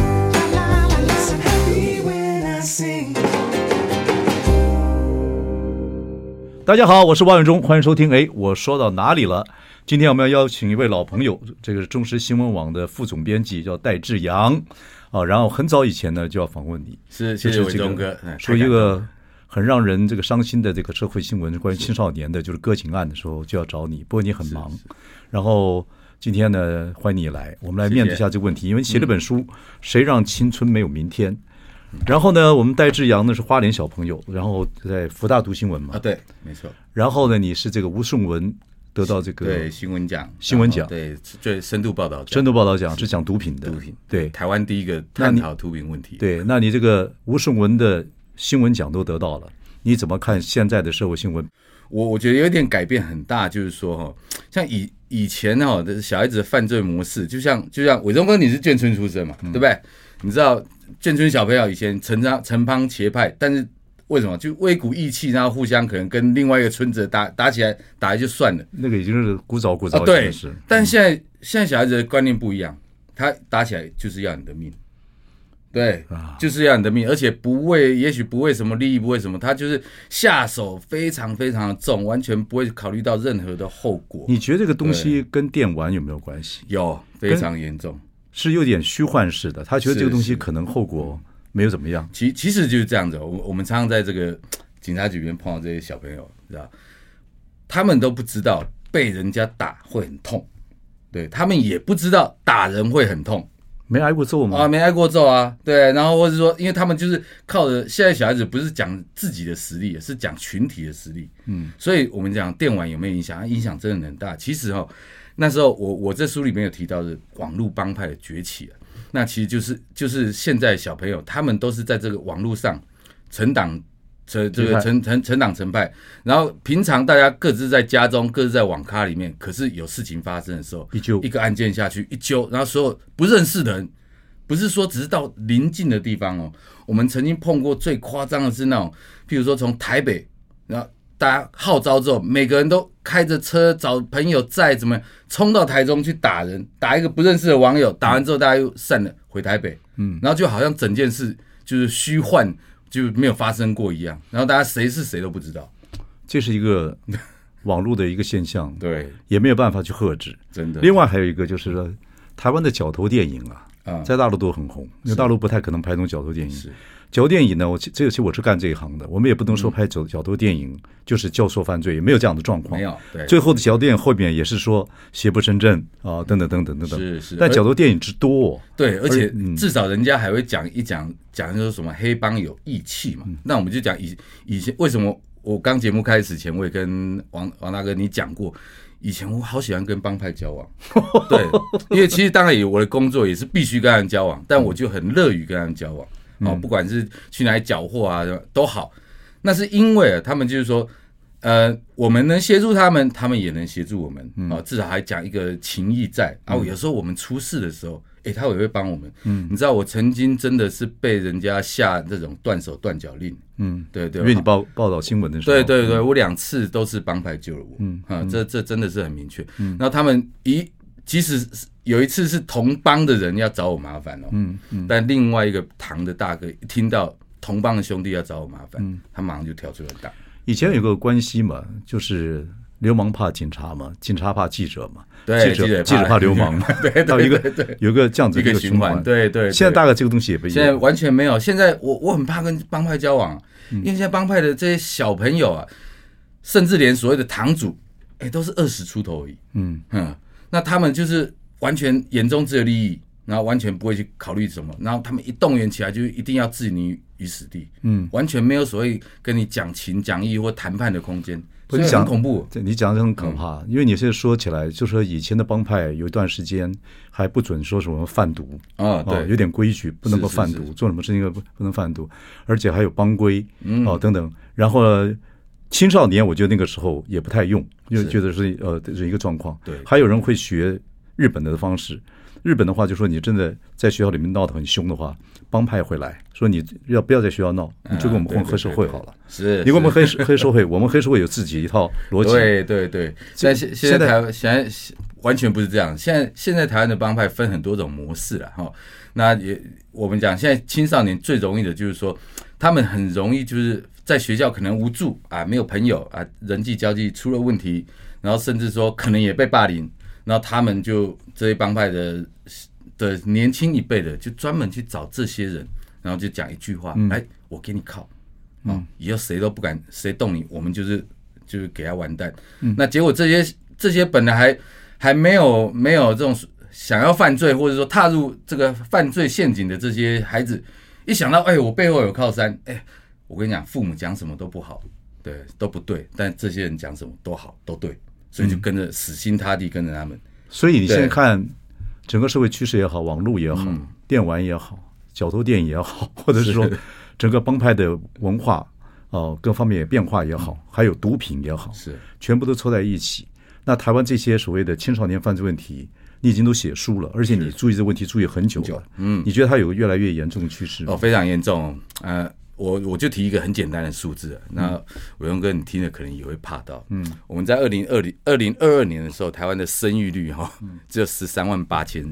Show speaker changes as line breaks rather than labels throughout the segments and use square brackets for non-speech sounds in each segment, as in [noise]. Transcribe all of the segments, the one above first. So happy when I sing.
大家好，我是王永忠，欢迎收听。哎，我说到哪里了？今天我们要邀请一位老朋友，这个是中时新闻网的副总编辑，叫戴志阳啊。然后很早以前呢就要访问你，
是
就
谢谢伟
这个哎
忠哥嗯
说
太
一
感
个很让人这个伤心的这个社会新闻，关于青少年的，就是割颈案的时候就要找你，不过你很忙。然后今天呢，欢迎你来，我们来
谢谢
面对一下这个问题，因为你写了本书
嗯
《谁让青春没有明天》。然后呢，我们戴志阳呢是花莲小朋友，然后在福大读新闻嘛
啊，，对，没错，
然后呢，你是这个吴颂文得到这个
对新闻奖，
新闻奖
然后对最深度报道奖，
深度报道奖，是讲毒品的。
毒品，
对
台湾第一个
那
探
你
讨毒品问题，，
对，那你这个吴颂文的新闻奖都得到了，你怎么看现在的社会新闻？
我我觉得有点改变很大，就是说哈，像以以前哈的小孩子的犯罪模式，就像就像伟忠哥你是眷村出身嘛，
嗯
对不对？你知道眷村小朋友以前成张成帮结派，但是。为什么就微鼓义气，然后互相可能跟另外一个村子打打起来，打来就算了，
那个已经是古早古早
啊，
已
对
经是，
但现在现在小孩子的观念不一样，他打起来就是要你的命，对，就是要你的命，而且不为，也许不为什么利益，不为什么，他就是下手非常非常的重，完全不会考虑到任何的后果，
你觉得这个东西跟电玩有没有关系？
有非常严重。
是有点虚幻式的，他觉得这个
是
东西
是
可能后果没有怎么样。
其其实就是这样子哦，我我们常常在这个警察局里面碰到这些小朋友，你知道，他们都不知道被人家打会很痛，对他们也不知道打人会很痛。
没挨过揍
啊，
吗？
没挨过揍啊，对，然后或者说，因为他们就是靠着现在小孩子不是讲自己的实力，是讲群体的实力，嗯，所以我们讲电玩有没有影响？啊影响真的很大。其实哈、那时候我我这书里面有提到的网络帮派的崛起啊，那其实就是就是现在小朋友他们都是在这个网络上成党成这
成派
个成成成党成派，然后平常大家各自在家中，各自在网咖里面，可是有事情发生的时候，
一揪
一个案件下去一揪，然后所有不认识的人，不是说只是到邻近的地方哦，我们曾经碰过最夸张的是那种，譬如说从台北，然后大家号召之后，每个人都开着车找朋友载怎么样冲到台中去打人，打一个不认识的网友，打完之后大家又散了回台北，嗯，然后就好像整件事就是虚幻，就没有发生过一样，然后大家谁是谁都不知道，
这是一
[laughs]
个网络的一个现象，
对，
也没有办法去遏制。
真的，
另外还有一个就是说，台湾的角头电影啊，
啊
在大陆都很红，因为大陆不太可能拍那种角头电影。
是
角头电影呢，我其这个其实我是干这一行的，我们也不能
嗯
说拍角角头电影就是教唆犯罪，也没有这样的状况。
没有对
最后的角头电影后面也是说邪不胜正啊，等等等等等等。
是是
但
而
角头电影之多哦，
对，而且
嗯
至少人家还会讲一讲，讲就是什么黑帮有义气嘛。那我们就讲以以前为什么我刚节目开始前，我也跟王王大哥你讲过，以前我好喜欢跟帮派交 [laughs] 往，对，因为其实当然也我的工作也是必须跟他们交往，但我就很乐于跟他们交往哦，
嗯
不管是去哪里缴获啊都好，那是因为啊他们就是说。呃，我们能协助他们，他们也能协助我们啊、
嗯
至少还讲一个情谊在啊。有时候我们出事的时候，诶，他也会帮我们。嗯，你知道我曾经真的是被人家下这种断手断脚令。
嗯，
对对，
因为你报报道新闻的时候，
对对对，我两次都是帮派救了我，嗯啊，这这真的是很明确。嗯，然后他们一即使是有一次是同帮的人要找我麻烦哦，嗯嗯，但另外一个堂的大哥一听到同帮的兄弟要找我麻烦，
嗯
他马上就跳出来打。
以前有个关系嘛，就是流氓怕警察嘛，警察怕记者嘛，
对
记者
记者怕
记者怕流氓嘛，
[laughs] 对对对
还有一
对
个
对
有一个这样子
一个
一个
循环，对对对
现在大概这个东西也不一
现在
样，
完全没有。现在我我很怕跟帮派交往，
嗯
因为现在帮派的这些小朋友啊，甚至连所谓的堂主，哎、都是二十出头而已。
嗯
嗯，那他们就是完全眼中只有利益，然后完全不会去考虑什么，然后他们一动员起来就一定要置你于死地，
嗯，
完全没有所谓跟你讲情讲义或谈判的空间，
不
所
是
以
讲
很恐怖。
这你讲的很可
嗯
怕，因为你现在说起来，就说以前的帮派有一段时间还不准说什么贩毒
啊对
哦有点规矩，不能够
是是
贩
是嗯
毒，做什么事情都不不能贩毒，而且还有帮规哦等等，然后呢青少年我觉得那个时候也不太用，就是觉得是呃这是一个状况。
对
还有人会学日本的方式。日本的话，就说你真的在学校里面闹得很凶的话，帮派会来说你要不要在学校闹，你就跟我们
啊
混
对
黑社会好了。
是，
你跟我们
是
黑社
[laughs]
黑社会，我们黑社会有自己一套逻辑。
对对对，
这
但现
现
现在
在
台湾现在完全不是这样，现在现在台湾的帮派分很多种模式了哈。那也我们讲，现在青少年最容易的就是说，他们很容易就是在学校可能无助啊，没有朋友啊，人际交际出了问题，然后甚至说可能也被霸凌，然后他们就这些帮派的的年轻一辈的就专门去找这些人，然后就讲一句话，来，我给你靠。嗯，以后谁都不敢谁动你，我们就是就是给他完蛋。那结果这些这些本来还还没有没有这种想要犯罪或者说踏入这个犯罪陷阱的这些孩子，一想到哎、我背后有靠山，哎、我跟你讲，父母讲什么都不好，对，都不对，但这些人讲什么都好，都对，所以就跟着死心塌地跟着他们。
所以你现在
对
看整个社会趋势也好，网络也好，电玩也好，角头店也好， [laughs] 或嗯者是说整个帮派的文化哦、呃各方面也变化也好，还有毒品也好，
是
全部都凑在一起。那台湾这些所谓的青少年犯罪问题，你已经都写书了，而且你注意这问题注意很久了。嗯，你觉得它有个越来越严重的趋势吗？
哦，非常严重哦。呃，我我就提一个很简单的数字啊，那伟荣哥你听了可能也会怕到。嗯，我们在二零二零二零二二年的时候，台湾的生育率哈、只有十三万八千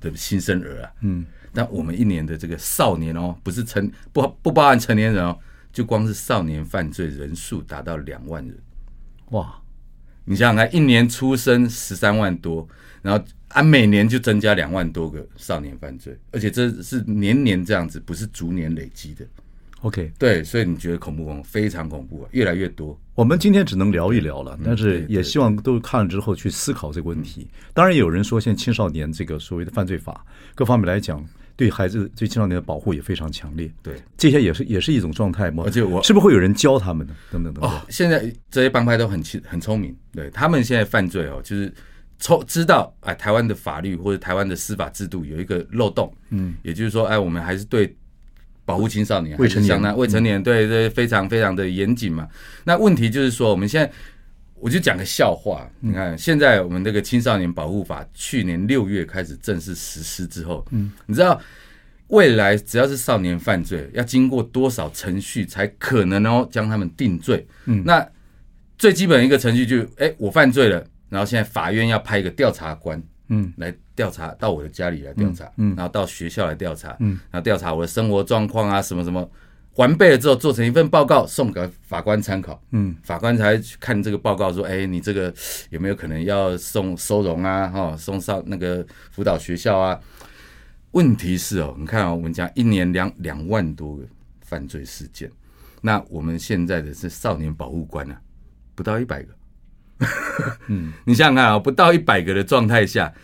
的新生儿啊。嗯，但我们一年的这个少年哦，不是成不不包含成年人哦，就光是少年犯罪人数达到两万人。
哇，
你想想看，一年出生十三万多，然后按每年就增加两万多个少年犯罪，而且这是年年这样子，不是逐年累积的。
，OK，
对，所以你觉得恐怖吗？非常恐怖啊，越来越多。
我们今天只能聊一聊了，但是
嗯对对嗯
也希望都看了之后去思考这个问题。当然，有人说现在青少年这个所谓的犯罪法各方面来讲，对孩子对青少年的保护也非常强烈。
对，
这些也是也是一种状态吗？
而且我
是不是会有人教他们呢？等等等等。
哦，现在这些帮派都很清很聪明，对他们现在犯罪哦，就是抽知道哎，台湾的法律或者台湾的司法制度有一个漏洞，嗯，也就是说，哎，我们还是对保护青少年、
未成年嗯
还是相当未成年，对对，非常非常的严谨嘛。那问题就是说，我们现在我就讲个笑话，
嗯
你看，现在我们这个青少年保护法去年六月开始正式实施之后，嗯，你知道。未来只要是少年犯罪，要经过多少程序才可能哦将他们定罪？嗯，那最基本一个程序就是，哎，我犯罪了，然后现在法院要派一个调查官，
嗯，
来调查到我的家里来调查，
嗯嗯
然后到学校来调查，
嗯，
然后调查我的生活状况啊，什么什么，完备了之后做成一份报告送给法官参考，
嗯，
法官才去看这个报告说，哎，你这个有没有可能要送收容啊，哈、送上那个辅导学校啊？问题是哦，你看哦，我们讲一年两两万多个犯罪事件，那我们现在的是少年保护官啊，不到一百个。嗯， [laughs] 你想想看啊、不到一百个的状态下，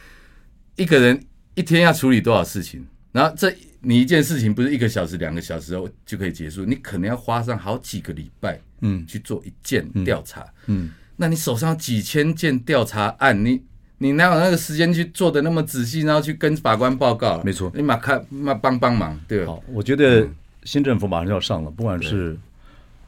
一个人一天要处理多少事情？然后这你一件事情不是一个小时、两个小时后就可以结束，你可能要花上好几个礼拜，
嗯
去做一件调查，
嗯
那你手上有几千件调查案，你你哪有那个时间去做的那么仔细，然后去跟法官报告？
没错
你马看马帮帮忙，对嗯吧？
好，我觉得新政府马上要上了，不管是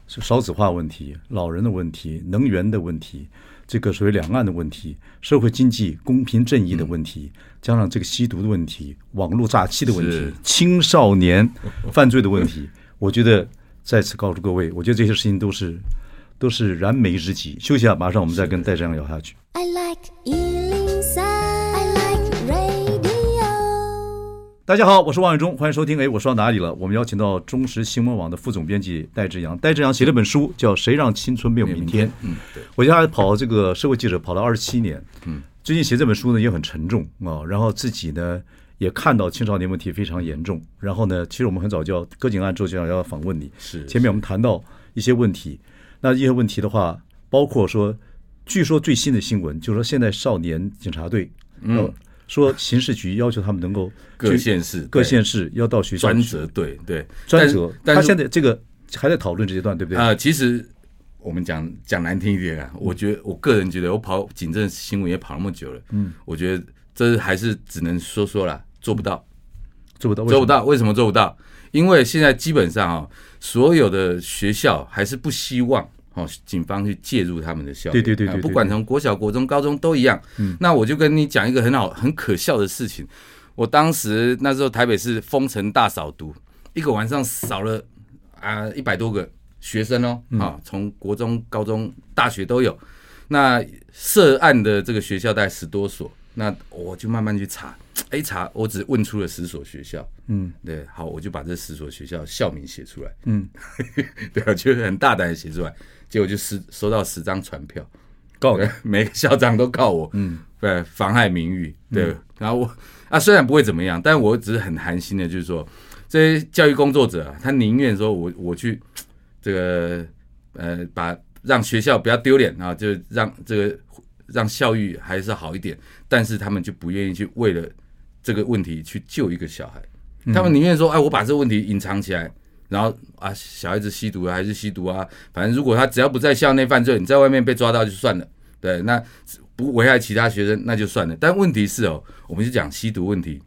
是少子化问题、老人的问题、能源的问题，这个所谓两岸的问题、社会经济公平正义的问题，加上这个吸毒的问题、网络诈欺的问题
嗯是、
青少年犯罪的问题， [laughs] 我觉得再次告诉各位，我觉得这些事情都是都是燃眉之急。休息一下，马上我们再跟戴志阳聊下去。
I like Ealing Sound. I like radio.
大家好，我是王伟忠，欢迎收听。哎，我说到哪里了？我们邀请到中时新闻网的副总编辑戴志阳。戴志阳写了本书，叫《谁让青春没有明天》。
嗯，对，
我觉得他跑这个社会记者跑了二十七年，嗯，最近写这本书呢也很沉重啊、然后自己呢也看到青少年问题非常严重。然后呢，其实我们很早就要割颈案之后就想要访问你，
是
前面我们谈到一些问题，那一些问题的话，包括说，据说最新的新闻就是说，现在少年警察队，嗯，说刑事局要求他们能够
各
去
县市
各
对
县市要到学校
专
去
责对对
专
但
责，
但
他
是
现在这个还在讨论这阶段，对不对？
啊，其实我们讲讲难听一点啊，我觉得我个人觉得，我跑警政新闻也跑那么久了，嗯，我觉得这还是只能说说啦，做不到，
做不到，为什
做
么
不。到，为什么做不到？因为现在基本上啊、所有的学校还是不希望哦，警方去介入他们的校园，
对对对
啊
对对
不管
对嗯
从国小、国中、高中都一样。那我就跟你讲一个很好、很可笑的事情。我当时那时候台北市封城大扫毒，一个晚上扫了啊一百多个学生哦，
嗯
啊、从国中、高中、大学都有。那涉案的这个学校大概十多所，那我就慢慢去查，一查我只问出了十所学校，嗯，对，好，我就把这十所学校校名写出来，嗯，对啊，就很大胆的写出来，结果就十收到十张传票，
告
对
的，
[laughs] 每个校长都告我，嗯，对，妨害名誉，对，然后我啊虽然不会怎么样，但我只是很寒心的，就是说这些教育工作者啊，他宁愿说我我去这个呃把让学校不要丢脸啊，就让这个让教育还是好一点，但是他们就不愿意去为了这个问题去救一个小孩，他们宁愿说哎我把这个问题隐藏起来。然后啊，小孩子吸毒啊，还是吸毒啊，反正如果他只要不在校内犯罪，你在外面被抓到就算了。对，那不危害其他学生那就算了。但问题是哦，我们就讲吸毒问题，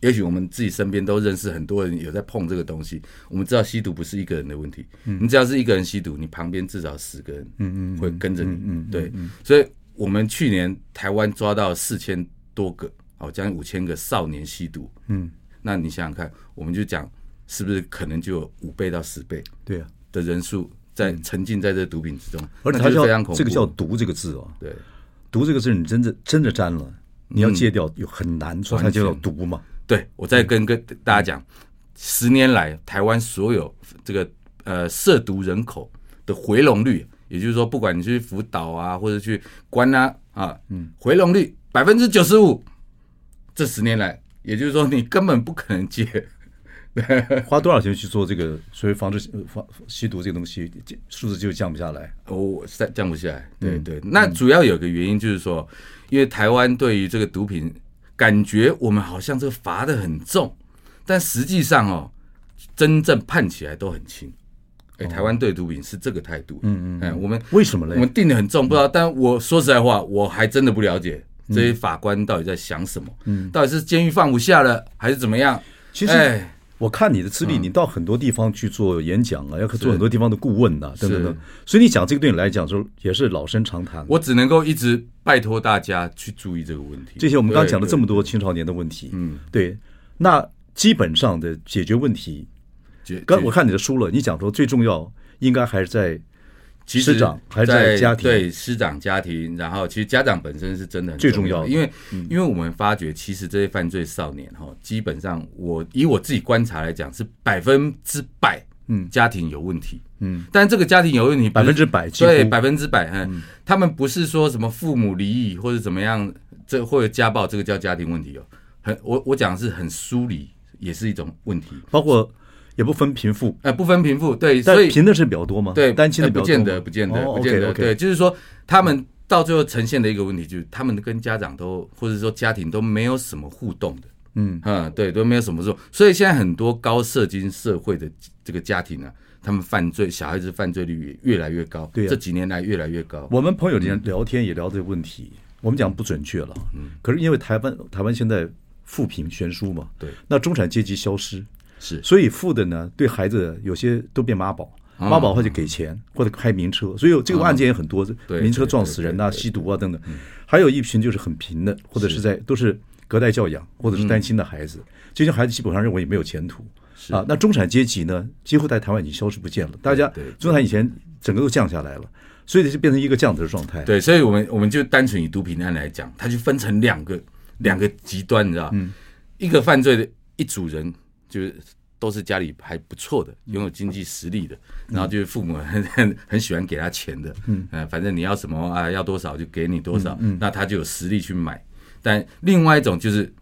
也许我们自己身边都认识很多人有在碰这个东西，我们知道吸毒不是一个人的问题，
嗯
你只要是一个人吸毒，你旁边至少十个人会跟着你，
嗯
对，所以我们去年台湾抓到四千多个，哦，将近五千个少年吸毒，嗯，那你想想看，我们就讲是不是可能就有五倍到十倍
对啊，
的人数在沉浸在这毒品之中，
嗯而且
那
它
就是非常
叫
恐怖，
这个叫“毒”这个字啊，
对。
毒这个字你真的真的沾了，你
嗯
要戒掉有很难，所以它
完全
就叫毒嘛。
对，我再跟跟大家讲，十年来台湾所有这个呃涉毒人口的回笼率，也就是说，不管你去辅导啊，或者去关啊啊，嗯，回笼率百分之九十五，这十年来，也就是说，你根本不可能戒。
花多少钱去做这个所谓防治呃防吸毒这个东西，这数字就降不下来。
我降哦降不下来。对
嗯
对，那主要有个原因就是说，因为台湾对于这个毒品，感觉我们好像这个罚的很重，但实际上哦，真正判起来都很轻。哎、
哦
台湾对毒品是这个态度。嗯嗯，哎，我们
为什么
我们
嘞？嗯
定的很重，不知道。但我说实在话，我还真的不了解这些法官到底在想什么，嗯，到底是监狱放不下了，还是怎么样？
其实
哎嗯
我看你的资历，你到很多地方去做演讲啊，要做很多地方的顾问呐、等等等
是。
所以你讲这个对你来讲，就也是老生常谈。
我只能够一直拜托大家去注意这个问题。
这些我们刚刚讲了
对
这么多青少年的问题，嗯，对。那基本上的解决问题，
对解
刚
解
我看你的书了，你讲说最重要应该还是在
其实
师长还在家庭
对师长家庭，然后其实家长本身是真的很
最
重
重要的嗯
因为、因为我们发觉，其实这些犯罪少年哈，基本上我以我自己观察来讲，是百分之百，嗯，家庭有问题，嗯，但这个家庭有问题不是，
百分之百几乎
对，百分之百，嗯，他们不是说什么父母离异或者怎么样，这或者家暴，这个叫家庭问题哦，很我我讲的是很疏离，也是一种问题，
包括也不分贫富，
呃，不分贫富，对，
但
所以
贫的是比较多吗？
对，
单亲的
呃
比较多
不见
吗
得，不见得，
哦
不见得。
OK，OK
对，就是说他们到最后呈现的一个问题，就是他们跟家长都或者说家庭都没有什么互动的。
嗯
嗯，对，都没有什么做，所以现在很多高社经社会的这个家庭啊，他们犯罪小孩子犯罪率也越来越高，
对啊
这几年来越来越高。
我们朋友间聊天也聊这个问题，我们讲不准确了。
嗯
可是因为台湾台湾现在富贫悬殊嘛，
对
那中产阶级消失，
是
所以富的呢对孩子有些都变妈宝，
啊
妈宝或者给钱或者开名车，所以这个案件也很多，
啊对
名车撞死人呐、
对对对对嗯
吸毒啊等等。还有一群就是很贫的，或者是在都是隔代教养或者是单亲的孩
嗯
子，这些孩子基本上认为没有前途。啊，那中产阶级呢，几乎在台湾已经消失不见了。大家
对对
中产以前整个都降下来了，所以就变成一个这样子的状态。
对，所以我们我们就单纯以毒品案来讲，它就分成两个两个极端，你知道？嗯，一个犯罪的一组人就是都是家里还不错的，拥有经济实力的，然后就是父母很很很喜欢给他钱的，嗯，呃，反正你要什么啊，要多少就给你多少，那他就有实力去买。但另外一种就是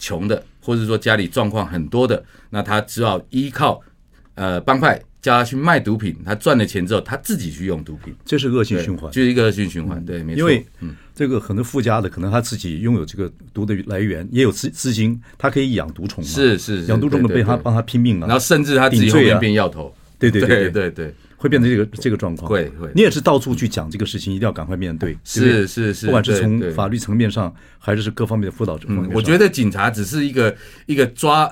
穷的，或者说家里状况很多的，那他只好依靠呃帮派叫他去卖毒品，他赚了钱之后，他自己去用毒品。
这是恶性
对
循环。嗯
就是一个恶性循环，对，没错。嗯
因为这个很多富家的，可能他自己拥有这个毒的来源，也有资资金，他可以养毒虫嘛。
是是是
养毒虫的
对对
被他
对
帮他拼命啊。
然后甚至他自己
顶
后
罪啊
面变药头，
对对
对
对
对对，
会变成这个这个状况。
会会
你也是到处去讲这个事情，一定要赶快面对。对不对
是是是
不管是从
对对
法律层面上，还是是各方面的辅导者方面
嗯
上，
我觉得警察只是一个一个抓，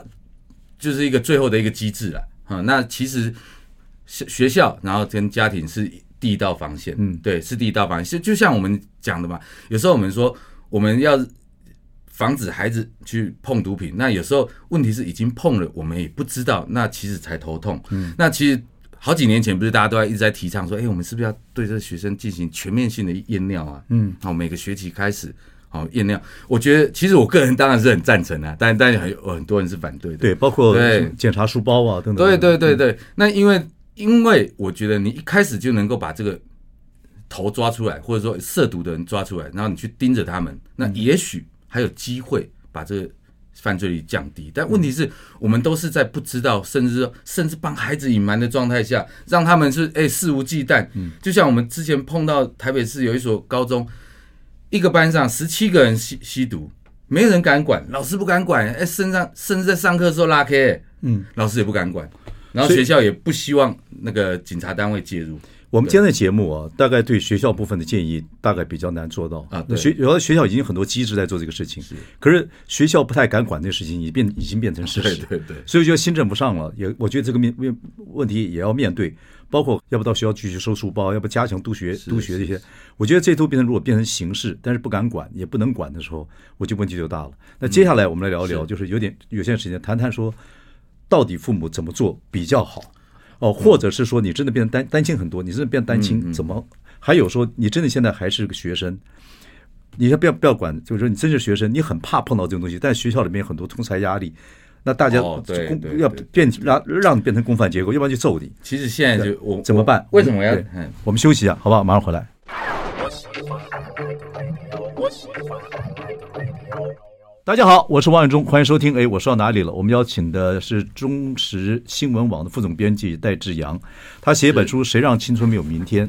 就是一个最后的一个机制了啊。那其实学学校，然后跟家庭是第一道防线，嗯，对，是第一道防线。就像我们讲的嘛，有时候我们说我们要防止孩子去碰毒品，那有时候问题是已经碰了，我们也不知道，那其实才头痛。嗯，那其实好几年前不是大家都在一直在提倡说，哎、我们是不是要对这学生进行全面性的验尿啊？嗯，好，每个学期开始。好验尿，我觉得其实我个人当然是很赞成啊，但但是很有很多人是反对的。
对，包括
对
检查书包啊等等。
对对对对，那因为因为我觉得你一开始就能够把这个头抓出来，或者说涉毒的人抓出来，然后你去盯着他们，那也许还有机会把这个犯罪率降低。但问题是我们都是在不知道，甚至甚至帮孩子隐瞒的状态下，让他们是哎、肆无忌惮。就像我们之前碰到台北市有一所高中，一个班上十七个人吸吸毒，没人敢管，老师不敢管，哎、身上甚至在上课的时候拉 K，、嗯，老师也不敢管，然后
所以
学校也不希望那个警察单位介入，
我们今天的节目啊，大概对学校部分的建议大概比较难做到
啊
那
对
学有的学校已经有很多机制在做这个事情，可是学校不太敢管这个事情，已变已经变成事
对
实。
对对，
所以我觉得新政不上了，也我觉得这个面面问题也要面对，包括要不到学校继续收书包，要不加强督学督学这些。我觉得这都变成如果变成形式，但是不敢管也不能管的时候，我觉得问题就大了。那接下来我们来聊一聊，就是有点有些时间谈谈说，到底父母怎么做比较好？哦，
嗯
或者是说你真的变得单单亲很多，你真的变单亲怎么？还有说你真的现在还是个学生，你先不要不要管，就是说你真是学生，你很怕碰到这种东西，但学校里面有很多通才压力，那大家
哦对
公
对
要
对
变让让你变成共犯结构，要不然就揍你，
其实现在就我
怎么办？
我为什么要
对
嗯
我们休息一下，好不好？马上回来。大家好，我是王永忠，欢迎收听。哎，我说到哪里了？我们邀请的是中时新闻网的副总编辑戴志阳，他写一本书《谁让青春没有明
嗯
天》。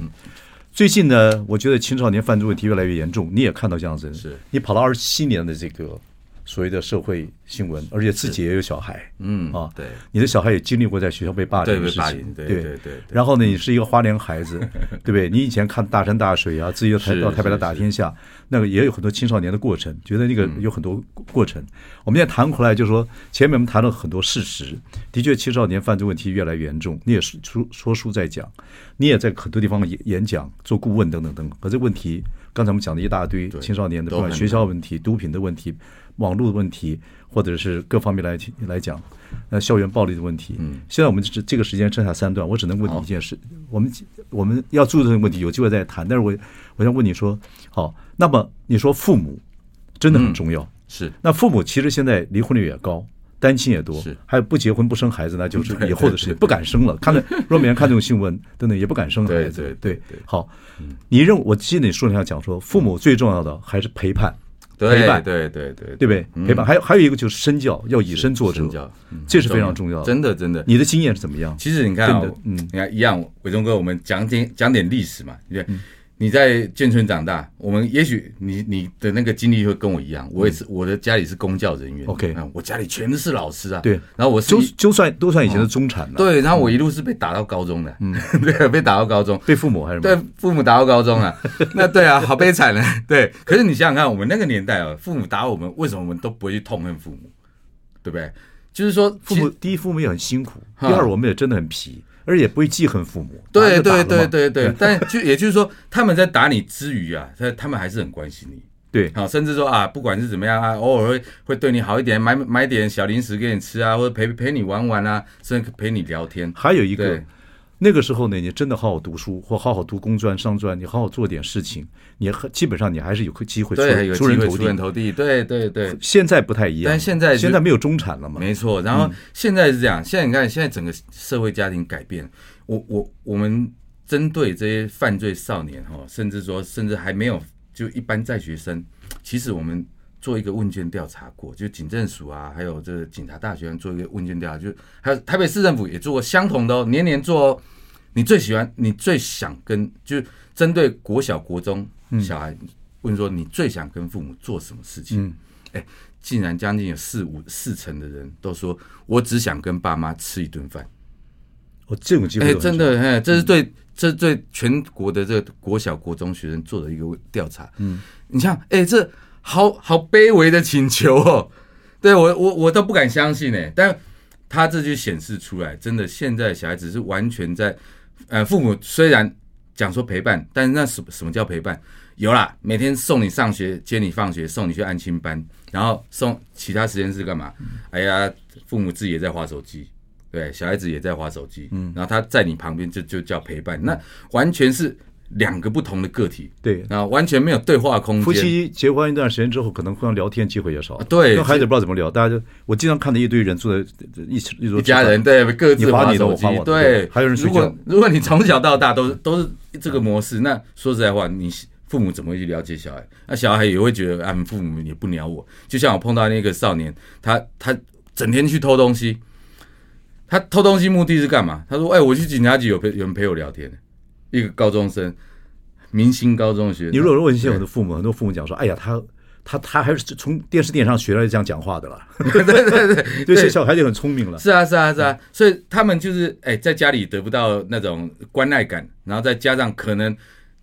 最近呢，我觉得青少年犯罪问题越来越严重，你也看到这样子，
是
你跑了二十七年的这个所谓的社会新闻，而且自己也有小孩，
嗯
啊，
对
你的小孩也经历过在学校被霸凌
对
的
被
事
霸
情
凌，对对对对
然后呢，你是一个花莲孩
[laughs]
子，对不对？你以前看大山大水啊，自己到台
是
到台北来
是
打
是
天下，那个也有很多青少年的过程，觉得那
嗯
个有很多过程。我们现在谈回来，就是说前面我们谈了很多事实，的确青少年犯罪问题越来越严重。你也是出说书在讲，你也在很多地方演演讲、做顾问等等等等。可这问题，刚才我们讲了一大堆青少年的，
都
不管
很
学校问题、毒品的问题、网络的问题，或者是各方面来来讲，呃，校园暴力的问题。嗯，现在我们这这个时间剩下三段，我只能问你一件事：我们我们要注重这个问题，有机会再谈。但是我我想问你说，好，那么你说父母真的很重要。
是
那父母其实现在离婚率也高，单亲也多
是，
还有不结婚不生孩子，那就是以后的事情，不敢生了。看了，
[laughs]
若每天看这种新闻，等等也不敢生孩子。
对对
对
对嗯对
好，你认我记得你书上讲说，父母最重要的还是陪伴，陪
对
伴，
对对对
对不对？陪伴，还有还有一个就是身教，要以身作则
嗯身教，嗯
这是非常重要的。
真的真的，
你的经验是怎么样？
其实你看啊、
真的嗯
你看一样，伟忠哥，我们讲点讲点历史嘛，对不
嗯
对？你在眷村长大，我们也许你你的那个经历会跟我一样，我也是，我的家里是公教人员
嗯 OK
嗯我家里全是老师啊，
对
然后我是
就嗯
一
就算都算以前
哦
的中产了，，
对，然后我一路是被打到高中的，嗯， [laughs] 对，被打到高
[laughs]
中，
被父母还是什
对
么？，
父母打到高
[laughs]
中啊，那对啊，好悲惨啊。对，可是你想想看，我们那个年代啊，父母打我们，为什么我们都不会去痛恨父母？对不对？就是说，
父母第一父母也很辛苦，第
哈
二我们也真的很皮，而且也不会记恨父母。
对
打
对
就打了
对
嘛
对 [laughs] 对，但就也就是说，他们在打你之余啊，他他们还是很关心你。
对，
好，甚至说啊，不管是怎么样啊，偶尔会会对你好一点，买买点小零食给你吃啊，或者陪陪你玩玩啊，甚至陪你聊天。
还有一个
对，
那个时候呢，你真的好好读书，或好好读工专、商专，你好好做点事情，你很基本上你还是有个机会出
对，有机
出人
会
头
出人
地。
头地，对对对，
现在不太一样，
但现在就
现在没有中产了嘛？
没错。然后现在是这样，现在你看，现在整个社会家庭改变，我我我们针对这些犯罪少年哈，甚至说甚至还没有就一般在学生，其实我们做一个问卷调查过，就警政署啊，还有这个警察大学做一个问卷调查，就还有台北市政府也做过相同的哦，年年做哦。你最喜欢，你最想跟，就是针对国小、国中小孩问说，你最想跟父母做什么事情？哎、竟然将近有四五四成的人都说，我只想跟爸妈吃一顿饭。
我这种机
哎、
会都很
真
少
的，哎、这是对，这是对全国的这个国小、国中学生做的一个调查。嗯，你像，哎、这好好卑微的请求哦，对我我我都不敢相信哎、但他这就显示出来，真的现在小孩子是完全在，呃，父母虽然讲说陪伴，但是那什什么叫陪伴？有啦，每天送你上学，接你放学，送你去安亲班，然后送其他时间是干嘛？哎呀，父母自己也在划手机，对，小孩子也在划手机，嗯，然后他在你旁边就就叫陪伴，那完全是两个不同的个体，
对
啊，完全没有对话空间。
夫妻结婚一段时间之后，可能互相聊天机会也少
啊。对
跟孩子不知道怎么聊，大家就我经常看到一堆人坐在一起一桌
一
吃饭
家人对各
你
自
划
划
你的
手
我
机
划我的，
对，
还有人睡
如
觉
果如果你从小到大都是都是这个模式，那说实在话，啊你父母怎么会去了解小孩？那小孩也会觉得啊，你父母也不鸟我。就像我碰到那个少年，他他整天去偷东西，他偷东西目的是干嘛？他说：“哎，我去警察局有陪有人陪我聊天。”一个高中生，明星高中学生，
你如果问一些我的父母，很多父母讲说：“哎呀，他他他还是从电视电影上学来这样讲话的
[laughs]
了。”对对 [laughs] 对，对，小孩就很聪明了。
是啊，是啊，是
嗯
啊，所以他们就是哎、在家里得不到那种关爱感，然后再加上可能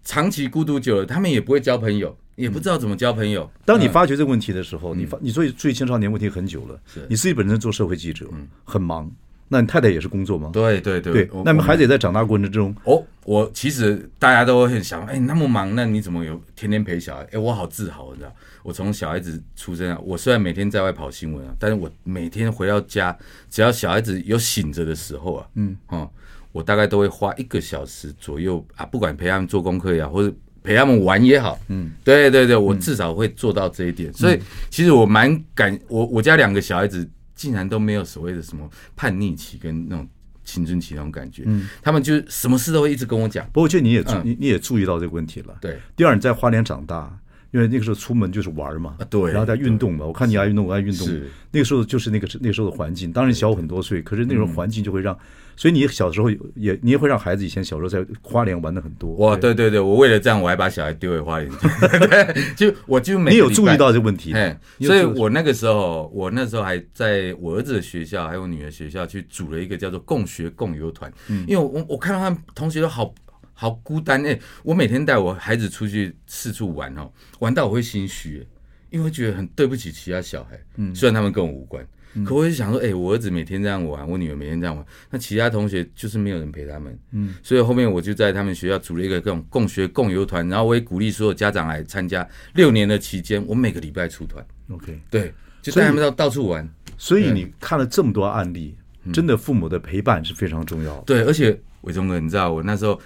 长期孤独久了，他们也不会交朋友，也不知道怎么交朋友。
当你
嗯
发觉这个问题的时候，你发你所以注意青少年问题很久了，你自己本身做社会记者，很忙，那你太太也是工作忙，
嗯对对对
对，
我
那么
我
孩子也在长大过程中，
哦，我其实大家都会很想，哎、那么忙，那你怎么有天天陪小孩？哎、我好自豪，你知道，我从小孩子出生啊，我虽然每天在外跑新闻啊，但是我每天回到家，只要小孩子有醒着的时候啊，嗯，哦，我大概都会花一个小时左右啊，不管陪他们做功课也好，或者陪他们玩也好，嗯，对对对，我至少会做到这一点，所以其实我蛮感，我我家两个小孩子竟然都没有所谓的什么叛逆期跟那种。青春期那种感觉，他们就是什么事都会一直跟我讲。
不过这你也注
嗯
你你也注意到这个问题了。
对，
第二你在花莲长大，因为那个时候出门就是玩嘛
啊，对
然后在运动嘛，我看你爱运动，我爱运动
是，
那个时候就是那个那时候的环境，当然小我很多岁，可是那种环境就会让，
嗯
所以你小时候也你也会让孩子以前小时候在花莲玩的很多，
哇，对对对，我为了这样，我还把小孩丢回花园去。 [laughs] 对，就我就每
你
个
有
礼
注意
拜
到这个问题，
哎，
你有
所以
注意到
我那个时候，我那时候还在我儿子的学校，还有我女儿学校去组了一个叫做“共学共游团”，因为我我我看到他们同学都好好孤单哎、我每天带我孩子出去四处玩哦，玩到我会心虚、哎因为我觉得很对不起其他小孩，嗯，虽然他们跟我无关。可我就想说，哎、我儿子每天这样玩，我女儿每天这样玩，那其他同学就是没有人陪他们，嗯，所以后面我就在他们学校组了一个这种共学共游团，然后我也鼓励所有家长来参加。六年的期间，我每个礼拜出团，
OK。
对，就
所以
带他们到到处玩。
所以你看了这么多案例，
嗯
真的父母的陪伴是非常重要的。
对，而且伟忠哥，你知道我那时候，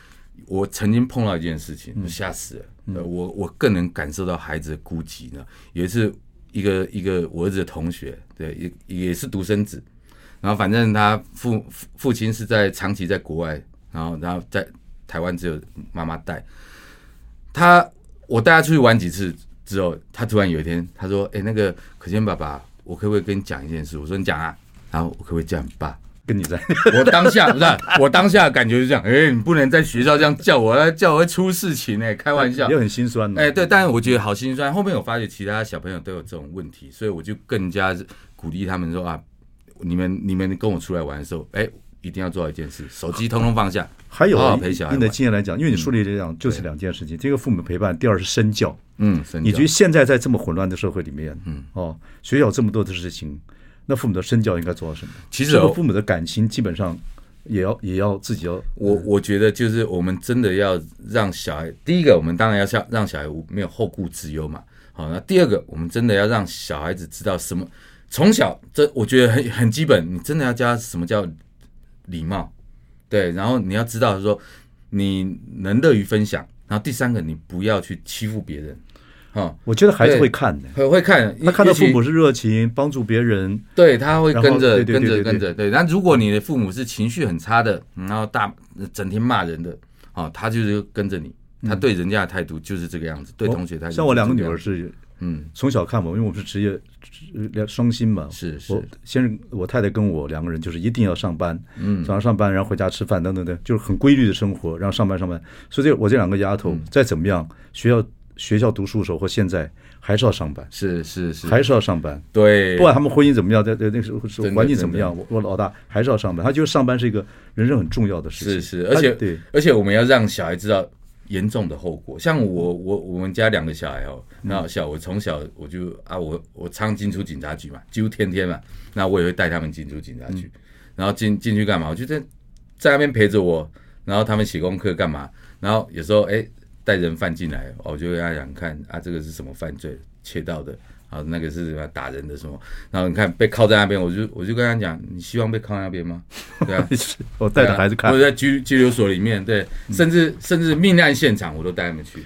我曾经碰到一件事情，我吓死了。呃我我更能感受到孩子的孤寂呢。有一次，一个一个我儿子的同学，对，也也是独生子，然后反正他父父父亲是在长期在国外，然后然后在台湾只有妈妈带。他我带他出去玩几次之后，他突然有一天他说：“哎、那个可谦爸爸，我可不可以跟你讲一件事？”我说：“你讲啊。”然后我可不可以叫你爸？
跟你在
我当下不是啊，我当下的感觉是这样，哎、你不能在学校这样叫我，叫我会出事情哎、开玩笑
[laughs] 也。很心酸的。
哎、对，但是我觉得好心酸。后面我发觉其他小朋友都有这种问题，所以我就更加鼓励他们说啊，你们你们跟我出来玩的时候，哎、一定要做到一件事，手机通通放下，
还有
好
啊
好陪小孩
你的
玩。
经验来讲，因为你说了这样，就是两件事情：，第一个父母陪伴，第二是身教。
嗯，身
你
教
觉得现在在这么混乱的社会里面，嗯，哦，学校有这么多的事情，那父母的身教应该做到什么？
其实
这个
哦
父母的感情基本上也要也要自己要
我我觉得就是我们真的要让小孩，第一个我们当然要像让小孩无没有后顾之忧嘛。好，那第二个我们真的要让小孩子知道什么，从小这我觉得很很基本，你真的要教他什么叫礼貌，对，然后你要知道说你能乐于分享，然后第三个你不要去欺负别人，哦，
我觉得孩子
对
会看的，
会会看，
他看到
也许
父母是热情，帮助别人，
对，他会
然
跟
后
着
对对
跟
对对
着
对
跟着对。然后如果你的父母是情绪很差的，嗯然后大整天骂人的，哦，他就是跟着你，他对人家的态度就是这个样子，对同学态度就
哦
是这样。
像我两个女儿是
嗯，
从小看我，因为我们是职业职两双薪嘛，
是是
我先生我太太跟我两个人就是一定要上班，嗯，早上上班，然后回家吃饭等等等，就是很规律的生活，然后上班上班。所以这我这两个丫
嗯
头再怎么样，学校学校读书的时候或现在还是要上班，
是是是，
还是要上班。
对
不，管他们婚姻怎么样，在在那个时候是
真的
环境怎么样，我我老大还是要上班。他觉得上班是一个人生很重要的事情。
是是，而且
他对，
而且我们要让小孩知道严重的后果。像我我我们家两个小孩哦，那好笑，我从小我就啊，我我常进出警察局嘛，几乎天天嘛，那我也会带他们进出警察局，然后进进去干嘛？我就在在那边陪着我。然后他们写功课干嘛？然后有时候哎带人犯进来，哦我就跟他讲看啊，这个是什么犯罪，窃盗的，啊那个是什么打人的什么，然后你看被铐在那边，我就我就跟他讲，你希望被铐在那边吗？对啊，
[laughs] 我带着孩子看嗯
我，在拘拘留所里面，对，甚至甚至命案现场我都带他们去，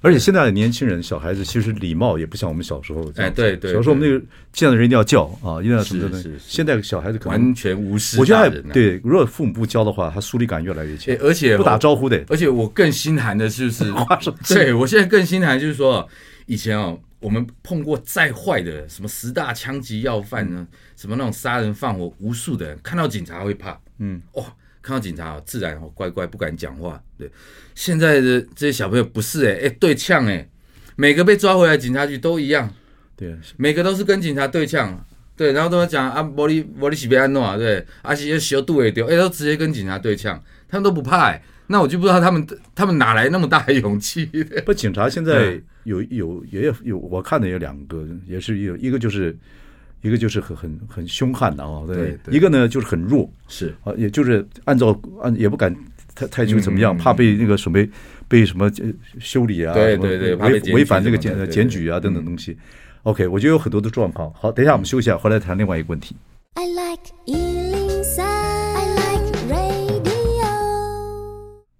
而且现在的年轻人、小孩子其实礼貌也不像我们小时候这样。
哎对对
小时候我们那个见到人一定要叫啊，一定要什么
是
的。
是是
现在小孩子可能
完，全无视
我觉得
大
还
人、啊。
对，如果父母不教的话，他疏离感越来越强
哎，，而且
不打招呼的。
而且我更心寒的就是
[laughs] 花生酱
对我现在更心寒就是说，以前哦，我们碰过再坏的人，什么十大枪击要犯呢，
嗯
什么那种杀人放火，无数的人看到警察会怕，嗯，哦，看到警察哦自然哦乖乖不敢讲话。对，现在的这些小朋友不是哎、哎、对呛哎、每个被抓回来警察局都一样，
对，
每个都是跟警察对呛。啊对，然后都在讲啊，玻璃玻璃洗被安诺啊，对，而且又小肚也丢，哎，都直接跟警察对呛，他们都不怕、哎，那我就不知道他们他们哪来那么大的勇气。 [laughs]
不，警察现在
嗯
有有也有有，我看的有两个，也是有一个就是一个就是很很很凶悍的啊，
对对
一个呢就是很弱
是
啊，也就是按照按也不敢太太去怎么样，
嗯嗯
怕被那个什么被什么呃修理啊，什
对
么
对对怕被
违
检举
违反这个
什么的
检
对
检举啊
对
等等东西。OK，我觉得有很多的状况。好，等一下我们休息啊，回来谈另外一个问题。
I like Ealing Sound. I like radio.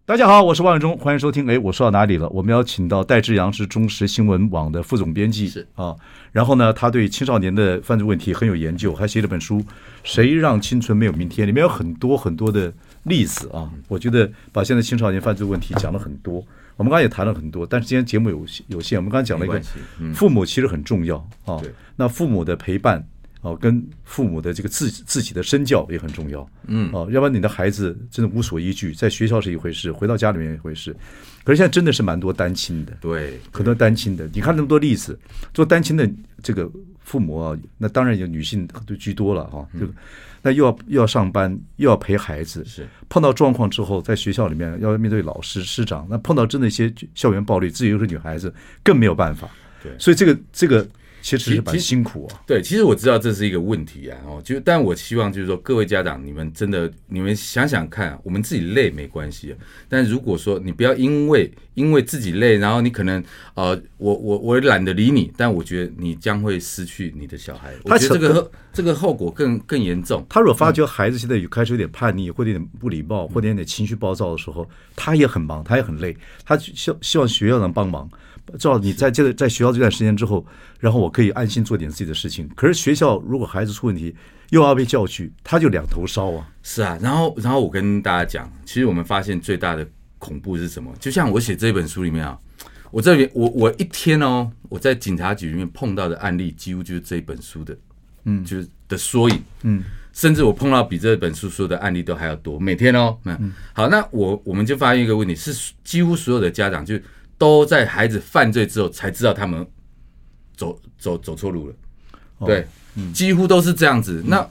大家好，我是万永忠，欢迎收听。哎，我说到哪里了？我们邀请到戴志阳，是中时新闻网的副总编辑，
是
啊。然后呢，他对青少年的犯罪问题很有研究，还写了本书《谁让青春没有明天》，里面有很多很多的例子啊。我觉得把现在青少年犯罪问题讲了很多，我们刚才也谈了很多，但是今天节目有有限，我们刚才讲了一
没
个
关系嗯
父母其实很重要啊
对。
那父母的陪伴哦、跟父母的这个自自己的身教也很重要。嗯，哦、要不然你的孩子真的无所依据，在学校是一回事，回到家里面一回事。可是现在真的是蛮多单亲的，
对，
很多单亲的，你看那么多例子，做单亲的这个父母啊，那当然有女性就居多了哈、
嗯
这个那又要又要上班，又要陪孩子，
是
碰到状况之后，在学校里面要面对老师、师长，那碰到真的一些校园暴力，自己又是女孩子，更没有办法。
对
所以这个这个其实
其
是蛮
其
辛苦啊。
对，其实我知道这是一个问题啊，哦，就但我希望就是说，各位家长，你们真的，你们想想看、啊我们自己累没关系、啊，但如果说你不要因为因为自己累，然后你可能呃，我我我懒得理你，但我觉得你将会失去你的小孩，
他
我觉
扯
得这个后这个后果更更严重。
他如果发觉孩子现在有开始有点叛逆，或者有点不礼貌，或者有点情绪暴躁的时候，他也很忙，他也很累，他希希望学校能帮忙。至少你在这个在学校这段时间之后，然后我可以安心做点自己的事情。可是学校如果孩子出问题，又要被叫去，他就两头烧啊。
是啊，然后然后我跟大家讲，其实我们发现最大的恐怖是什么？就像我写这本书里面啊，我这边我我一天哦，我在警察局里面碰到的案例，几乎就是这本书的，嗯，就是的缩影，嗯，甚至我碰到比这本书说的案例都还要多，每天哦，那、好，那我我们就发现一个问题，是几乎所有的家长就都在孩子犯罪之后才知道他们走走走错路了，对，几乎都是这样子。那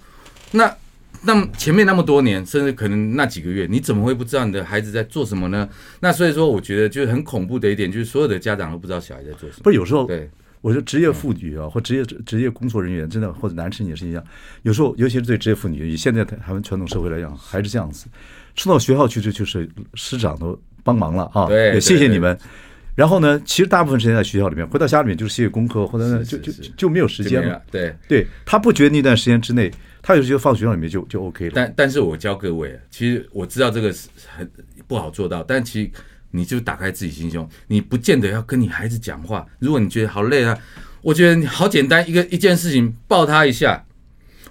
那那么前面那么多年，甚至可能那几个月，你怎么会不知道你的孩子在做什么呢？那所以说，我觉得就是很恐怖的一点，就是所有的家长都不知道小孩在做什么。
不是有时候
对，嗯
我说职业妇女啊，或职业职业工作人员，真的或者男生也是一样。有时候，尤其是对职业妇女，以现在台湾传统社会来讲，还是这样子。送到学校去，就就是师长都帮忙了啊，
对
也谢
对
谢
对
你们。然后呢，其实大部分时间在学校里面，回到家里面就是写写功课，或者呢
是
就是就是就就没有时
就
间
没
了
了。。啊对，
对他不觉得那段时间之内，他有时候放学校里面就就 OK 了。
但但是我教各位，其实我知道这个是很不好做到，但其实你就打开自己心胸，你不见得要跟你孩子讲话。如果你觉得好累啊，我觉得你好简单，一个一件事情抱他一下，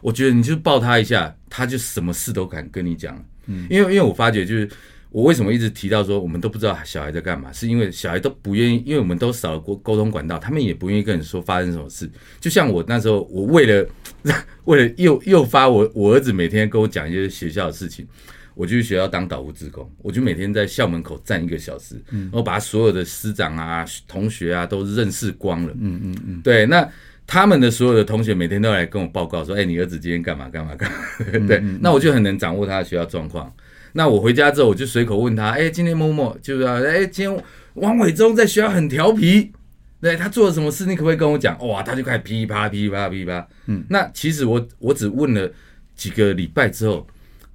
我觉得你就抱他一下，他就什么事都敢跟你讲。嗯，因为因为我发觉就是。我为什么一直提到说我们都不知道小孩在干嘛？是因为小孩都不愿意，因为我们都少了沟沟通管道，他们也不愿意跟你说发生什么事。就像我那时候，我为了为了诱诱发我我儿子每天跟我讲一些学校的事情，我就去学校当导护志工，我就每天在校门口站一个小时，然后把所有的师长啊、同学啊都认识光了。嗯嗯嗯，对，那。他们的所有的同学每天都来跟我报告说：“哎、你儿子今天干嘛干嘛干嘛？” [laughs] 对，那我就很能掌握他的学校状况。那我回家之后，我就随口问他：“哎、今天某某就是啊哎、今天王伟忠在学校很调皮，对他做了什么事，你可不可以跟我讲？”哇，他就开始噼里啪啦噼里啪啦噼里啪啦。嗯，那其实我我只问了几个礼拜之后，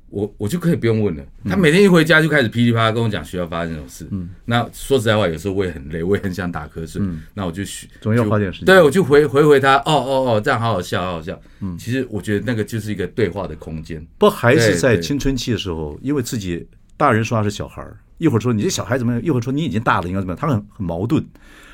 我我就可以不用问了。
嗯
他每天一回家就开始噼里啪啦跟我讲学校发生什么事。那说实在话，有时候我也很累，我 [laughs] 也很想打瞌睡。那我就学
嗯总要
就
花点时间
对，我就回回回他，哦哦哦，这样好好笑，好好笑。嗯，其实我觉得那个就是一个对话的空间。
不还是
对
在
对
青春期的时候，因为自己大人说他是小孩儿，一会儿说你这小孩怎么样，一会儿说你已经大了应该怎么样，他很很矛盾。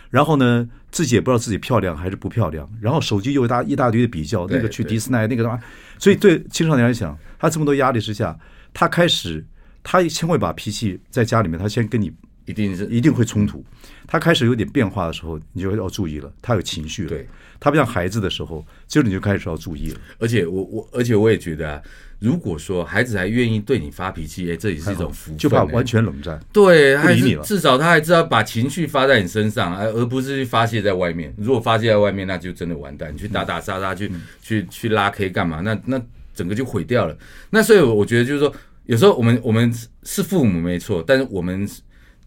然后呢，自己也不知道自己漂亮还是不漂亮，然后手机又一大一大堆的比较，
对
那个去
对
迪斯尼，那个干嘛，所以对青少年来讲，他这么多压力之下，他开始他先会把脾气在家里面，他先跟你
一定是
一定会冲突。他开始有点变化的时候，你就要注意了，他有情绪了。
对，
他不像孩子的时候，这你就开始要注意了。
而且我我而且我也觉得啊，如果说孩子还愿意对你发脾气，哎，这也是一种福分、
就怕
哎
完全冷战。
对，
不
还
理你
是
了
至少他还知道把情绪发在你身上，而而不是去发泄在外面。如果发泄在外面，那就真的完蛋，你去打
嗯
打杀杀，去去去拉 K 干嘛？那那整个就毁掉了。那所以我觉得就是说，有时候我们我们是父母没错，但是我们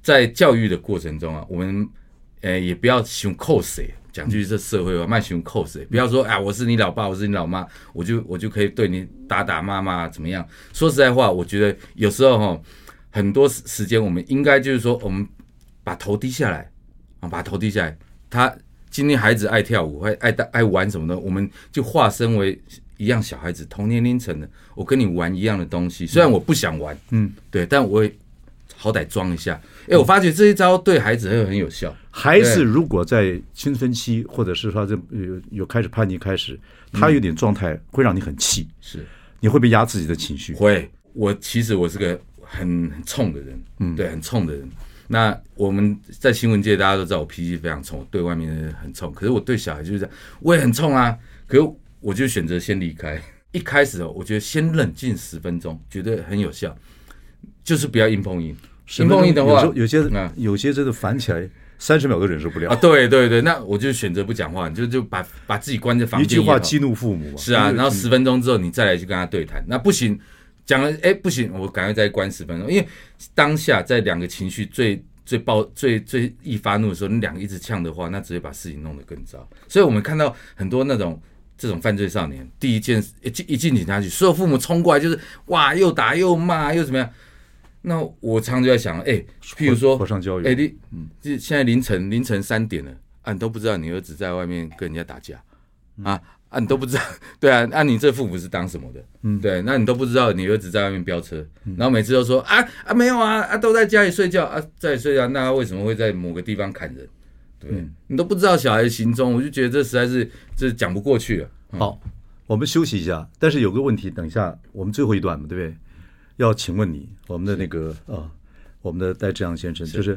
在教育的过程中啊，我们呃也不要喜欢扣谁。讲
嗯
句这社会话，卖熊扣谁？不要说啊，我是你老爸，我是你老妈，我就我就可以对你打打骂骂怎么样？说实在话，我觉得有时候哈，很多时时间，我们应该就是说，我们把头低下来，啊，把头低下来。他今天孩子爱跳舞，爱爱打爱玩什么的，我们就化身为一样小孩子，同年龄层的，我跟你玩一样的东西。虽然我不想玩，嗯，对，但我也好歹装一下。哎、我发觉这一招对孩子会很有效。
孩子
对
如果在青春期，或者是说这有有开始叛逆开始，他有点状态会让你很气，
是。
你会被压自己的情绪。
会，我其实我是个很很冲的人，嗯，对，很冲的人。那我们在新闻界大家都知道我脾气非常冲，我对外面的人很冲，可是我对小孩就是这样，我也很冲啊。可是我就选择先离开。一开始哦，我觉得先冷静十分钟，觉得很有效，就是不要硬碰硬。硬碰硬的话，
有时候有些
啊
有些真的烦起来，三十秒都忍受不
啊，
了。
对对对，那我就选择不讲话，你就就把把自己关在房
一
间
句
也好。
话激怒父母嘛
是啊，然后十分钟之后你再来去跟他对谈，那不行，讲了哎不行，我赶快再关十分钟，因为当下在两个情绪最最暴最最易发怒的时候，你两个一直呛的话，那只会把事情弄得更糟。所以我们看到很多那种。这种犯罪少年，第一件一进一进警察局，所有父母冲过来就是哇，又打又骂又怎么样？那我常常就在想，哎、譬如说
火上浇油
哎、你这现在凌晨凌晨三点了，啊，你都不知道你儿子在外面跟人家打架，啊啊，你都不知道，对啊，那、你这父母是当什么的？嗯，对，那你都不知道你儿子在外面飙车，然后每次都说啊啊没有啊啊都在家里睡觉啊在睡觉，那他为什么会在某个地方砍人？对、你都不知道小孩的行踪，我就觉得这实在是这讲不过去了。啊
好，我们休息一下，但是有个问题，等一下我们最后一段嘛，对不对？要请问你，我们的那个啊，我们的戴志阳先生，就是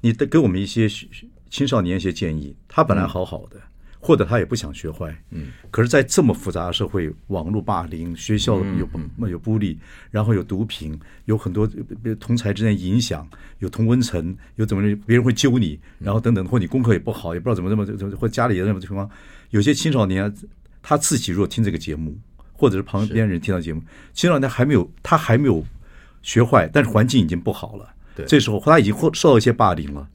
你的给我们一些学青少年一些建议。他本来好好的，或者他也不想学坏，嗯，可是，在这么复杂的社会，网络霸凌，学校有、有bully，然后有毒品，有很多呃同才之间影响，有同温层，有怎么别人会揪你，然后等等，或你功课也不好，也不知道怎么怎么怎么，或家里有什么情况，有些青少年啊他自己如果听这个节目，或者是旁边人听到节目，青少年还没有他还没有学坏，但是环境已经不好了。
对
这时候他已经或受到一些霸凌了，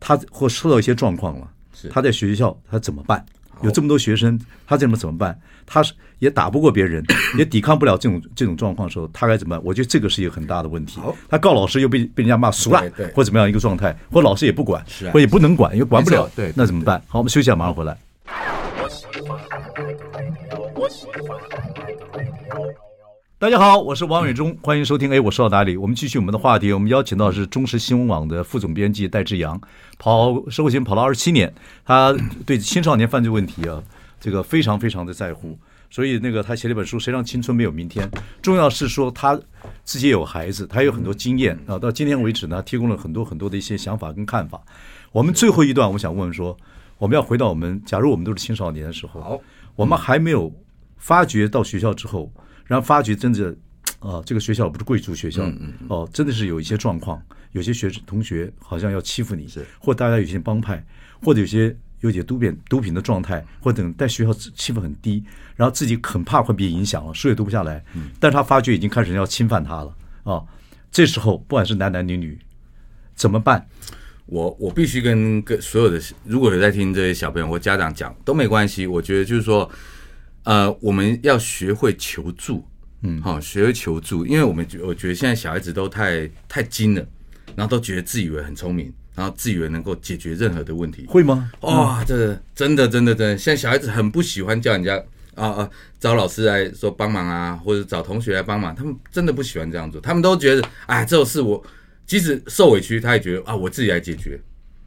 他或受到一些状况了
是，
他在学校他怎么办？有这么多学生，他这么怎么办？他是也打不过别
[coughs]
人，也抵抗不了这种这种状况的时候，他该怎么办？我觉得这个是一个很大的问题。他告老师又被被人家骂俗了
对，对
或怎么样一个状态，或老师也不管，
是啊
或也不能管，也管不
没错
了，
对对
那怎么办？好，我们休息一下，马上回来。大家好，我是王伟忠，
嗯
欢迎收听。哎，我说到哪里？我们继续我们的话题。我们邀请到的是中时新闻网的副总编辑戴志阳，跑社会新闻跑了二十七年，他对青少年犯罪问题啊，这个非常非常的在乎。所以那个他写了一本书《谁让青春没有明天》，重要是说他自己也有孩子，他有很多经验啊。到今天为止呢，提供了很多很多的一些想法跟看法。我们最后一段，我想问说，我们要回到我们，假如我们都是青少年的时候，
好
我们还没有发觉到学校之后，然后发觉真的啊、这个学校不是贵族学校，哦、真的是有一些状况，有些学生同学好像要欺负你，或大家有些帮派，或者有些有些毒品毒品的状态，或者在学校气氛很低，然后自己很怕会被影响了，书也读不下来，但是他发觉已经开始要侵犯他了啊。这时候，不管是男男女女，怎么办？
我我必须跟跟所有的如果有在听这些小朋友或家长讲都没关系，我觉得就是说，呃，我们要学会求助，嗯，好，学会求助，因为我们觉我觉得现在小孩子都太太精了，然后都觉得自以为很聪明，然后自以为能够解决任何的问题。
会吗？
哇、这真的真的真的，现在小孩子很不喜欢叫人家啊啊找老师来说帮忙啊，或者找同学来帮忙，他们真的不喜欢这样做，他们都觉得哎，这种事我即使受委屈，他也觉得啊，我自己来解决。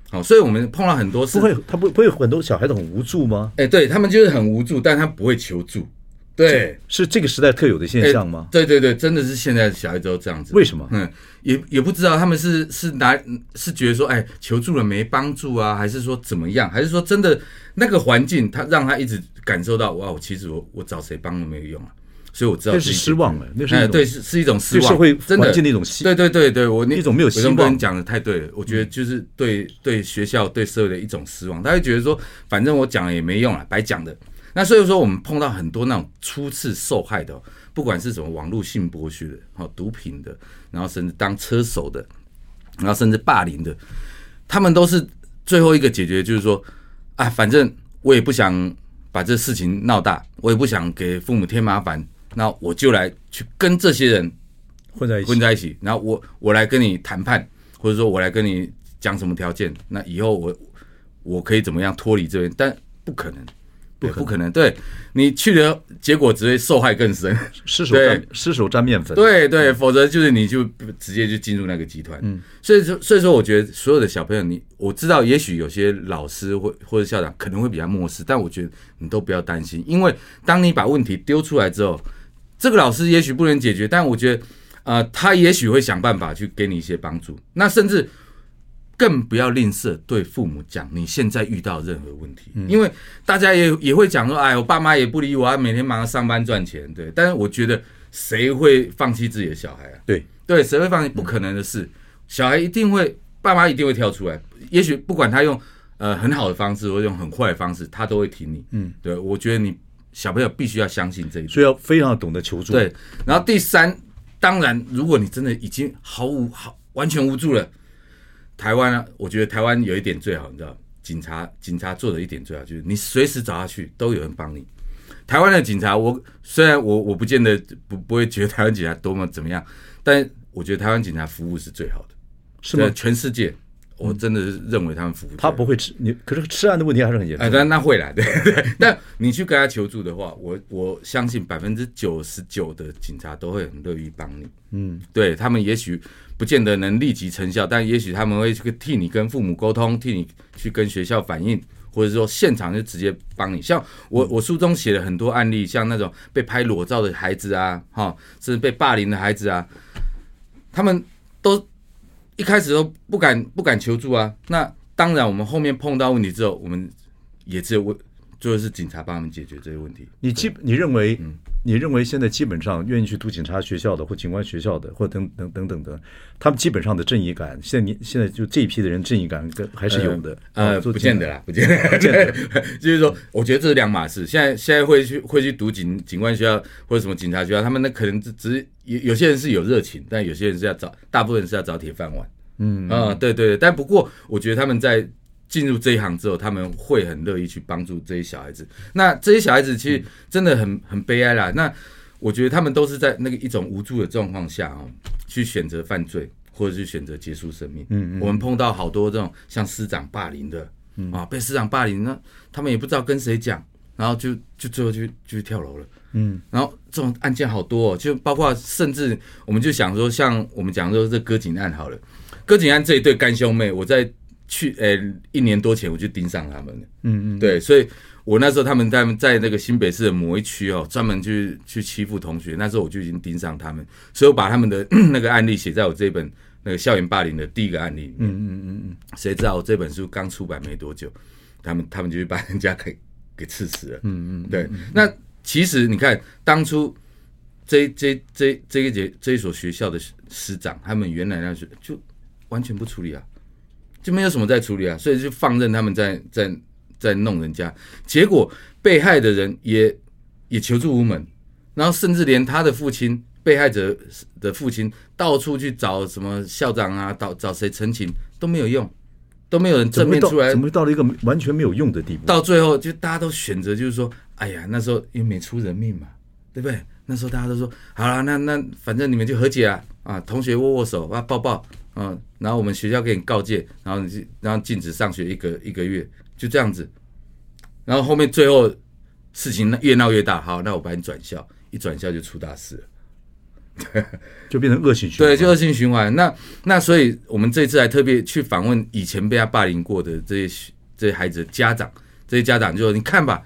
好、所以我们碰到很多事
不会，他不不会有很多小孩子很无助吗？
哎、对他们就是很无助，但他不会求助。对，
是这个时代特有的现
哎
象吗？
对对对，真的是现在的小孩子都这样子。
为什么
嗯，也也不知道他们是是哪是觉得说，哎，求助了没帮助啊，还是说怎么样，还是说真的那个环境，他让他一直感受到，哇，我其实我我找谁帮都没有用啊，所以我知道
那
自
是
己
失望了，那是一
哎，
种
对，是是一种失望，
对社会
真的
环境的一种希
对对对对，我
一种没有希望嗯
我跟你讲的太对了，我觉得就是对对学校对社会的一种失望，他会觉得说，反正我讲了也没用了，啊白讲的。那所以说，我们碰到很多那种初次受害的哦，不管是什么网络性剥削的，哦，毒品的，然后甚至当车手的，然后甚至霸凌的，他们都是最后一个解决，就是说，啊，反正我也不想把这事情闹大，我也不想给父母添麻烦，那我就来去跟这些人
混在一起
混。在一起，然后我我来跟你谈判，或者说我来跟你讲什么条件，那以后我我可以怎么样脱离这边？但不可能，不不可能，对你去了，结果只会受害更深。
失手
对
沾失手沾面粉，
对对，否则就是你就直接就进入那个集团。嗯，所以说所以说，我觉得所有的小朋友，你我知道，也许有些老师或或者校长可能会比较漠视，但我觉得你都不要担心，因为当你把问题丢出来之后，这个老师也许不能解决，但我觉得，呃，他也许会想办法去给你一些帮助。那甚至更不要吝啬对父母讲你现在遇到任何问题，因为大家也也会讲说，哎，我爸妈也不理我啊，每天忙着上班赚钱，对。但是我觉得谁会放弃自己的小孩啊？
对，
对，谁会放弃？不可能的事，小孩一定会，爸妈一定会跳出来。也许不管他用呃很好的方式，或者用很坏的方式，他都会挺你。嗯，对，我觉得你小朋友必须要相信这一点。
所以要非常懂得求助。
对，然后第三，当然，如果你真的已经毫无毫完全无助了，台湾啊，我觉得台湾有一点最好，你知道，警察警察做的一点最好就是你随时找他去，都有人帮你。台湾的警察，我虽然我我不见得不不会觉得台湾警察多么怎么样，但我觉得台湾警察服务是最好的，
是吗
在全世界，我真的是认为他们服务最
他
好
不会吃你，可是吃案的问题还是很严
哎，
重。
但那会来，对对。 [laughs] 但你去跟他求助的话，我我相信百分之九十九的警察都会很乐于帮你。嗯，对他们也许不见得能立即成效，但也许他们会去替你跟父母沟通，替你去跟学校反映，或者说现场就直接帮你。像
嗯
我我书中写了很多案例，像那种被拍裸照的孩子啊，哈，甚至被霸凌的孩子啊，他们都一开始都不敢不敢求助啊。那当然，我们后面碰到问题之后，我们也只有问，就是警察帮他们解决这些问题。
你基你认为
嗯
你认为现在基本上愿意去读警察学校的或警官学校的或等等等等的，他们基本上的正义感，现在你现在就这一批的人正义感跟还是有的。哦
哦
呃，
做
不
警察
见得啦，不见得，就是说，我觉得这是两码事。现在现在会去会去读警警官学校或者什么警察学校，他们那可能只只是有有些人是有热情，但有些人是要找，大部分是要找铁饭碗。嗯啊、对对对，但不过我觉得他们在进入这一行之后，他们会很乐意去帮助这些小孩子。那这些小孩子其实真的很很悲哀啦。那我觉得他们都是在那个一种无助的状况下哦，去选择犯罪，或者是选择结束生命。嗯嗯，我们碰到好多这种像师长霸凌的，啊，被师长霸凌，那他们也不知道跟谁讲，然后就就最后就就跳楼了。然后这种案件好多、哦，就包括甚至我们就想说，像我们讲说这割颈案好了，割颈案这一对干兄妹，我在去呃、一年多前我就盯上他们了，嗯嗯，对，所以我那时候他们他们在那个新北市的某一区哦，专门去去欺负同学，那时候我就已经盯上他们，所以我把他们的 [clears throat] 那个案例写在我这本那个校园霸凌的第一个案例里面，嗯嗯嗯嗯，谁知道我这本书刚出版没多久，他们他们就去把人家给给刺死了，嗯嗯，对，那其实你看，当初这这这这一节这一所学校的师师长，他们原来那学就完全不处理啊，就没有什么在处理啊，所以就放任他们在在在弄人家，结果被害的人也也求助无门，然后甚至连他的父亲，被害者的父亲到处去找什么校长啊，找找谁陈情都没有用，都没有人
怎
[laughs] 正
么会
面
到
出来
怎么会到了一个完全没有用的地步？
到最后就大家都选择就是说，哎呀，那时候因为没出人命嘛，对不对？那时候大家都说好了，那那反正你们就和解啊啊，同学握握手啊，抱抱，嗯、然后我们学校给你告诫，然后你就然后禁止上学一个一个月，就这样子。然后后面最后事情越闹越大，好，那我把你转校，一转校就出大事了。
就变成恶性循环。
对，就恶性循环。那那所以，我们这次还特别去访问以前被他霸凌过的这些这些孩子的家长，这些家长就说：“你看吧，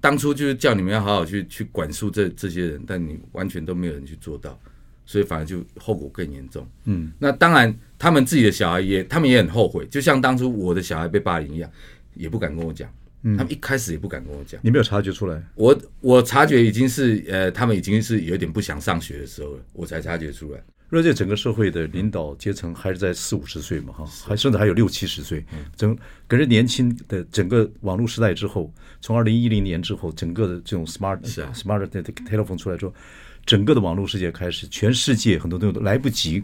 当初就是叫你们要好好去去管束这这些人，但你完全都没有人去做到，所以反而就后果更严重。”嗯，那当然，他们自己的小孩也，他们也很后悔，就像当初我的小孩被霸凌一样，也不敢跟我讲。
嗯
他们一开始也不敢跟我讲。
你没有察觉出来，
我我察觉已经是呃，他们已经是有点不想上学的时候了，我才察觉出来。
因为这整个社会的领导阶层还是在四五十岁嘛，哈，还甚至还有六七十岁。
嗯
整可是年轻的整个网络时代之后，从二零一零年之后，整个的这种 smart
是啊
smart te- te- telephone 出来之后，整个的网络世界开始，全世界很多东西都来不及，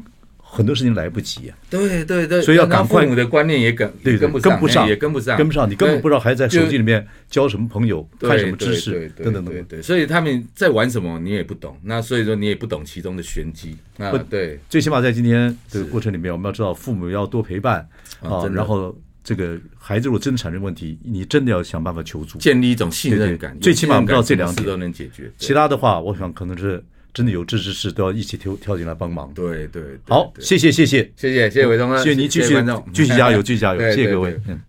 很多事情来不及啊。
对对对，
所以要赶快
然后父母的观念也跟
对，
也跟
对
不哎
跟不上，
也跟不上，
跟不上，你根本不知道还在手机里
面
面交什么朋友，看什么知识，等等等
对
等。
对，所以他们在玩什么你也不懂，那所以说你也不懂其中的玄机，那
不
对
最起码在今天这个过程里面，我们要知道父母要多陪伴
啊
啊，
真的
然后这个孩子如果真产生问题，你真的要想办法求助。
建立一种信任感
对，对最起码我们知道这两
有
点
信任感什么事都能解决，
其他的话，我想可能是真的有志之士都要一起跳跳进来帮忙。
对对对，对
好，
对
谢谢谢谢，
[laughs] 谢谢谢谢伟东哥，
谢谢您继续
观众
继续加油，继续加油，
[laughs] 对
谢谢
对
各位
对。
嗯